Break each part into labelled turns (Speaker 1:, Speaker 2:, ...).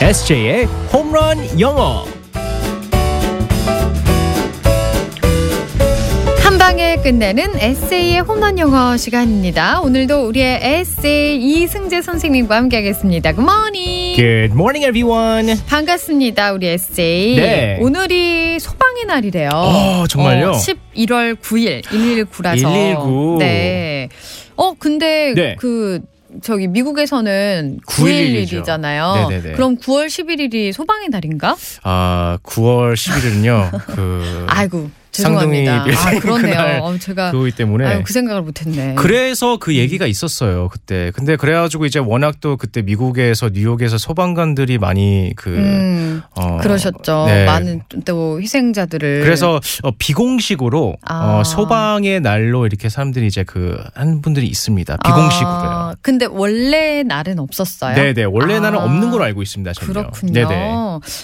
Speaker 1: SJ의 홈런 영어.
Speaker 2: 한 방에 끝내는 에세이의 홈런 영어 시간입니다. 오늘도 우리의 에세이 이승재 선생님과 함께하겠습니다. Good morning.
Speaker 1: Good morning, everyone.
Speaker 2: 반갑습니다, 우리 에세이.
Speaker 1: 네.
Speaker 2: 오늘이 소방의 날이래요.
Speaker 1: 어, 정말요?
Speaker 2: 11월 9일, 119라서.
Speaker 1: 119.
Speaker 2: 네. 어, 근데
Speaker 1: 네.
Speaker 2: 그 저기 미국에서는
Speaker 1: 9.11이죠.
Speaker 2: 9.11이잖아요.
Speaker 1: 네네네.
Speaker 2: 그럼 9월 11일이 소방의 날인가?
Speaker 1: 아, 9월 10일은요. 그
Speaker 2: 아이고,
Speaker 1: 쌍둥이
Speaker 2: 죄송합니다. 아,
Speaker 1: 일생
Speaker 2: 그러네요.
Speaker 1: 그날
Speaker 2: 어, 제가
Speaker 1: 그거기 때문에
Speaker 2: 아유, 그 음. 생각을 못했네.
Speaker 1: 그래서 그 얘기가 있었어요 그때. 근데 그래가지고 이제 워낙 또 그때 미국에서 뉴욕에서 소방관들이 많이 그
Speaker 2: 음,
Speaker 1: 어,
Speaker 2: 그러셨죠.
Speaker 1: 네.
Speaker 2: 많은 또 희생자들을.
Speaker 1: 그래서 어, 비공식으로
Speaker 2: 아.
Speaker 1: 어, 소방의 날로 이렇게 사람들이 이제 그 한 분들이 있습니다.
Speaker 2: 아,
Speaker 1: 비공식으로요.
Speaker 2: 근데 원래 날은 없었어요.
Speaker 1: 네네 원래 나는
Speaker 2: 아.
Speaker 1: 없는 걸로 알고 있습니다. 저는
Speaker 2: 그렇군요.
Speaker 1: 네네.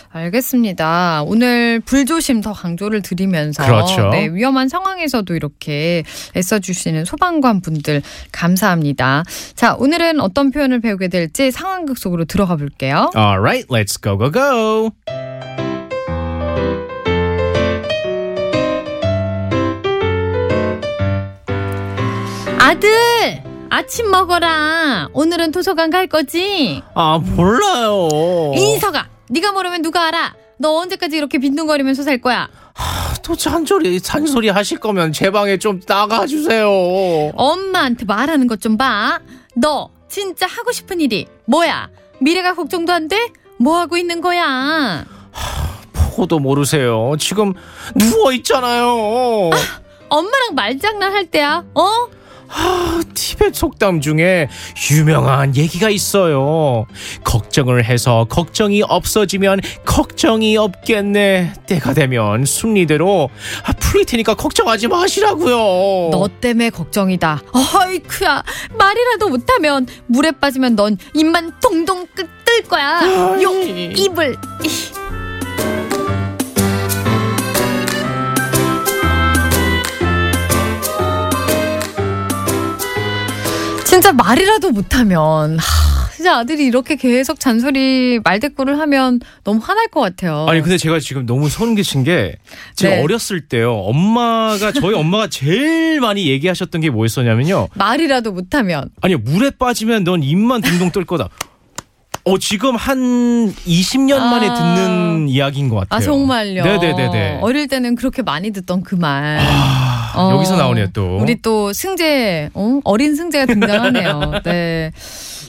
Speaker 2: 알겠습니다. 오늘 불조심 더 강조를 드리면서
Speaker 1: 그렇죠.
Speaker 2: 네, 위험한 상황에서도 이렇게 애써 주시는 소방관 분들 감사합니다. 자, 오늘은 어떤 표현을 배우게 될지 상황극 속으로 들어가 볼게요.
Speaker 1: 아. Alright, let's go go go.
Speaker 2: 아들, 아침 먹어라. 오늘은 도서관 갈 거지?
Speaker 1: 아 몰라요.
Speaker 2: 인서가 네가 모르면 누가 알아? 너 언제까지 이렇게 빈둥거리면서 살 거야?
Speaker 1: 또 잔소리 잔소리 하실 거면 제 방에 좀 나가 주세요.
Speaker 2: 엄마한테 말하는 것 좀 봐. 너 진짜 하고 싶은 일이 뭐야? 미래가 걱정도 안 돼? 뭐 하고 있는 거야?
Speaker 1: 보고도 아, 모르세요. 지금 누워 있잖아요.
Speaker 2: 엄마랑 말장난 할 때야. 어?
Speaker 1: 아, 티벳 속담 중에 유명한 얘기가 있어요. 걱정을 해서 걱정이 없어지면 걱정이 없겠네. 때가 되면 순리대로 아, 풀릴 테니까 걱정하지 마시라고요.
Speaker 2: 너 때문에 걱정이다. 어이쿠야. 말이라도 못하면 물에 빠지면 넌 입만 동동 끄- 뜰 거야.
Speaker 1: 아이.
Speaker 2: 욕 입을. 진짜 말이라도 못하면 하, 진짜 아들이 이렇게 계속 잔소리 말대꾸를 하면 너무 화날 것 같아요.
Speaker 1: 아니 그 근데 제가 지금 너무 소름 끼친 게 제가
Speaker 2: 어. 네.
Speaker 1: 어렸을 때요 엄마가 저희 엄마가 제일 많이 얘기하셨던 게 뭐였었냐면요
Speaker 2: 말이라도 못하면
Speaker 1: 아니 물에 빠지면 넌 입만 둥둥 뜰 거다 어 지금 한 20년 만에
Speaker 2: 아.
Speaker 1: 듣는 이야기인 것 같아요
Speaker 2: 아 정말요.
Speaker 1: 네네네네 아,
Speaker 2: 어릴 때는 그렇게 많이 듣던 그 말. 어,
Speaker 1: 여기서 나오네요 또
Speaker 2: 우리 또 승재 어? 어린 승재가 등장하네요. 네.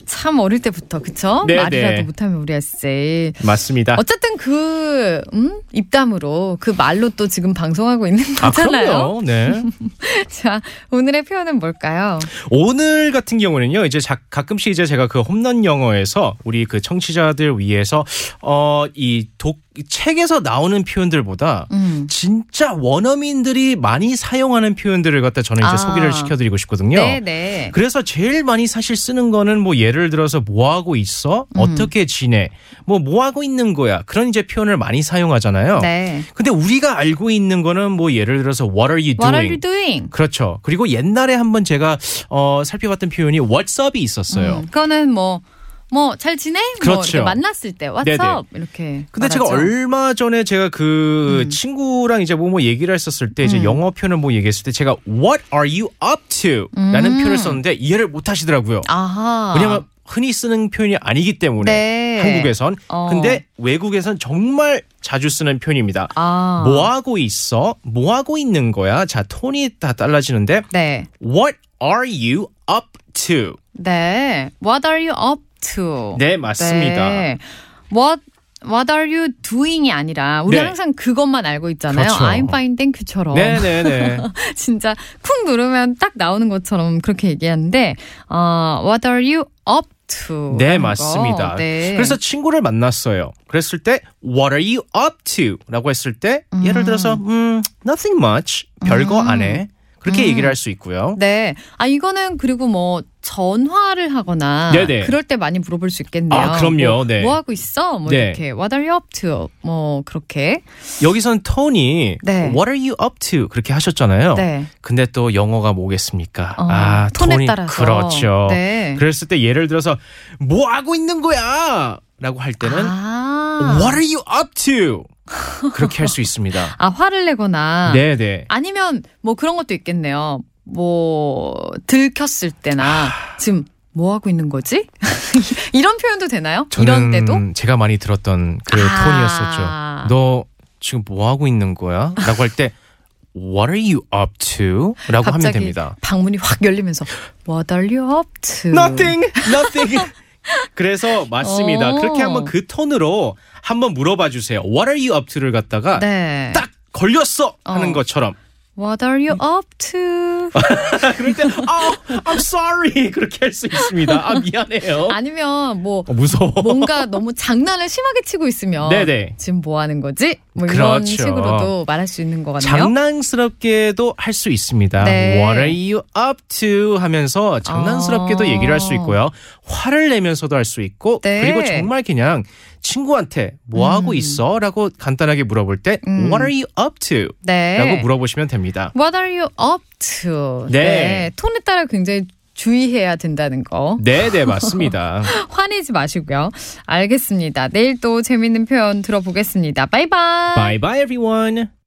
Speaker 2: 참 어릴 때부터 그쵸?
Speaker 1: 네, 네. 아.
Speaker 2: 말이라도 못하면 우리 에세이.
Speaker 1: 맞습니다
Speaker 2: 어쨌든 그 음? 입담으로 그 말로 또 지금 방송하고 있는
Speaker 1: 아
Speaker 2: 거잖아요.
Speaker 1: 그럼요 네
Speaker 2: 자 오늘의 표현은 뭘까요?
Speaker 1: 오늘 같은 경우는요 이제 자- 가끔씩 이제 제가 그 홈런 영어에서 우리 그 청취자들 위해서 어이독 책에서 나오는 표현들보다
Speaker 2: 음.
Speaker 1: 진짜 원어민들이 많이 사용하는 표현들을 갖다 저는 이제
Speaker 2: 아.
Speaker 1: 소개를 시켜드리고 싶거든요.
Speaker 2: 네네.
Speaker 1: 그래서 제일 많이 사실 쓰는 거는 뭐 예를 들어서 뭐 하고 있어?
Speaker 2: 음.
Speaker 1: 어떻게 지내? 뭐 뭐 하고 있는 거야? 그런 이제 표현을 많이 사용하잖아요.
Speaker 2: 네.
Speaker 1: 근데 우리가 알고 있는 거는 뭐 예를 들어서 what are you doing?
Speaker 2: What are you doing?
Speaker 1: 그렇죠. 그리고 옛날에 한번 제가 어, 살펴봤던 표현이 what's up이 있었어요.
Speaker 2: 음, 그거는 뭐 뭐 잘 지내? 뭐
Speaker 1: 그렇죠.
Speaker 2: 이렇게 만났을 때 What's
Speaker 1: 네네.
Speaker 2: up? 이렇게
Speaker 1: 근데 제가
Speaker 2: 말하죠.
Speaker 1: 얼마 전에 제가 그
Speaker 2: 음.
Speaker 1: 친구랑 이제 뭐 뭐 얘기를 했었을 때 이제
Speaker 2: 음.
Speaker 1: 영어 표현을 뭐 얘기했을 때 제가 what are you up to? 라는
Speaker 2: 음.
Speaker 1: 표현을 썼는데 이해를 못 하시더라고요.
Speaker 2: 아하.
Speaker 1: 왜냐면 흔히 쓰는 표현이 아니기 때문에
Speaker 2: 네.
Speaker 1: 한국에선
Speaker 2: 어.
Speaker 1: 근데 외국에선 정말 자주 쓰는 표현입니다.
Speaker 2: 아.
Speaker 1: 뭐 하고 있어? 뭐 하고 있는 거야? 자, 톤이 다 달라지는데
Speaker 2: 네.
Speaker 1: what are you up to?
Speaker 2: 네. What are you up to?
Speaker 1: 네, 맞습니다.
Speaker 2: 네. What What are you doing이 아니라 우리
Speaker 1: 네.
Speaker 2: 항상 그것만 알고 있잖아요.
Speaker 1: 그렇죠.
Speaker 2: I'm fine, thank you처럼
Speaker 1: 네네네.
Speaker 2: 진짜 쿵 누르면 딱 나오는 것처럼 그렇게 얘기하는데 어, What are you up to?
Speaker 1: 네,
Speaker 2: 라는 뭐 거.
Speaker 1: 맞습니다.
Speaker 2: 네.
Speaker 1: 그래서 친구를 만났어요. 그랬을 때 What are you up to? 라고 했을 때 예를 들어서 음, Nothing much. 별거
Speaker 2: 음.
Speaker 1: 안 해. 그렇게 얘기를 할 수 있고요.
Speaker 2: 네. 아 이거는 그리고 뭐 전화를 하거나
Speaker 1: 네네.
Speaker 2: 그럴 때 많이 물어볼 수 있겠네요.
Speaker 1: 아, 그럼요.
Speaker 2: 뭐,
Speaker 1: 네.
Speaker 2: 뭐 하고 있어? 뭐
Speaker 1: 네.
Speaker 2: 이렇게 What are you up to? 뭐 그렇게.
Speaker 1: 여기선 톤이
Speaker 2: 네.
Speaker 1: What are you up to? 그렇게 하셨잖아요.
Speaker 2: 네.
Speaker 1: 근데 또 영어가 뭐겠습니까?
Speaker 2: 어,
Speaker 1: 아,
Speaker 2: 톤에
Speaker 1: 톤이-
Speaker 2: 따라서.
Speaker 1: 그렇죠.
Speaker 2: 네.
Speaker 1: 그랬을 때 예를 들어서 뭐 하고 있는 거야? 라고 할 때는
Speaker 2: 아.
Speaker 1: What are you up to? 그렇게 할 수 있습니다.
Speaker 2: 아, 화를 내거나
Speaker 1: 네네.
Speaker 2: 아니면 뭐 그런 것도 있겠네요. 뭐 들켰을 때나
Speaker 1: 아.
Speaker 2: 지금 뭐 하고 있는 거지? 이런 표현도 되나요? 이런 때도?
Speaker 1: 제가 많이 들었던 그
Speaker 2: 아.
Speaker 1: 톤이었었죠. 너 지금 뭐 하고 있는 거야? 라고 할 때 What are you up to? 라고 하면
Speaker 2: 갑자기
Speaker 1: 됩니다.
Speaker 2: 방문이 확 열리면서 What are you up to?
Speaker 1: Nothing, nothing. 그래서 맞습니다.
Speaker 2: 어.
Speaker 1: 그렇게 한번 그 톤으로 한번 물어봐 주세요. What are you up to를 갖다가
Speaker 2: 네.
Speaker 1: 딱 걸렸어 하는
Speaker 2: 어.
Speaker 1: 것처럼.
Speaker 2: What are you up to?
Speaker 1: 그럴 때 아, I'm sorry 그렇게 할 수 있습니다. 아 미안해요.
Speaker 2: 아니면 뭐
Speaker 1: 어, 무서워.
Speaker 2: 뭔가 너무 장난을 심하게 치고 있으면
Speaker 1: 네네.
Speaker 2: 지금 뭐 하는 거지? 뭐 이런
Speaker 1: 그렇죠.
Speaker 2: 식으로도 말할 수 있는 것 같네요.
Speaker 1: 장난스럽게도 할 수 있습니다.
Speaker 2: 네.
Speaker 1: What are you up to? 하면서 장난스럽게도
Speaker 2: 아.
Speaker 1: 얘기를 할 수 있고요. 화를 내면서도 할 수 있고
Speaker 2: 네.
Speaker 1: 그리고 정말 그냥 친구한테 뭐 하고 있어? 라고 간단하게 물어볼 때
Speaker 2: 음.
Speaker 1: What are you up to?
Speaker 2: 네.
Speaker 1: 라고 물어보시면 됩니다.
Speaker 2: What are you up to?
Speaker 1: 네.
Speaker 2: 톤에 따라 굉장히 주의해야 된다는 거.
Speaker 1: 네, 네, 맞습니다.
Speaker 2: 화내지 마시고요. 알겠습니다. 내일 또 재밌는 표현 들어보겠습니다. 바이바이.
Speaker 1: bye bye everyone.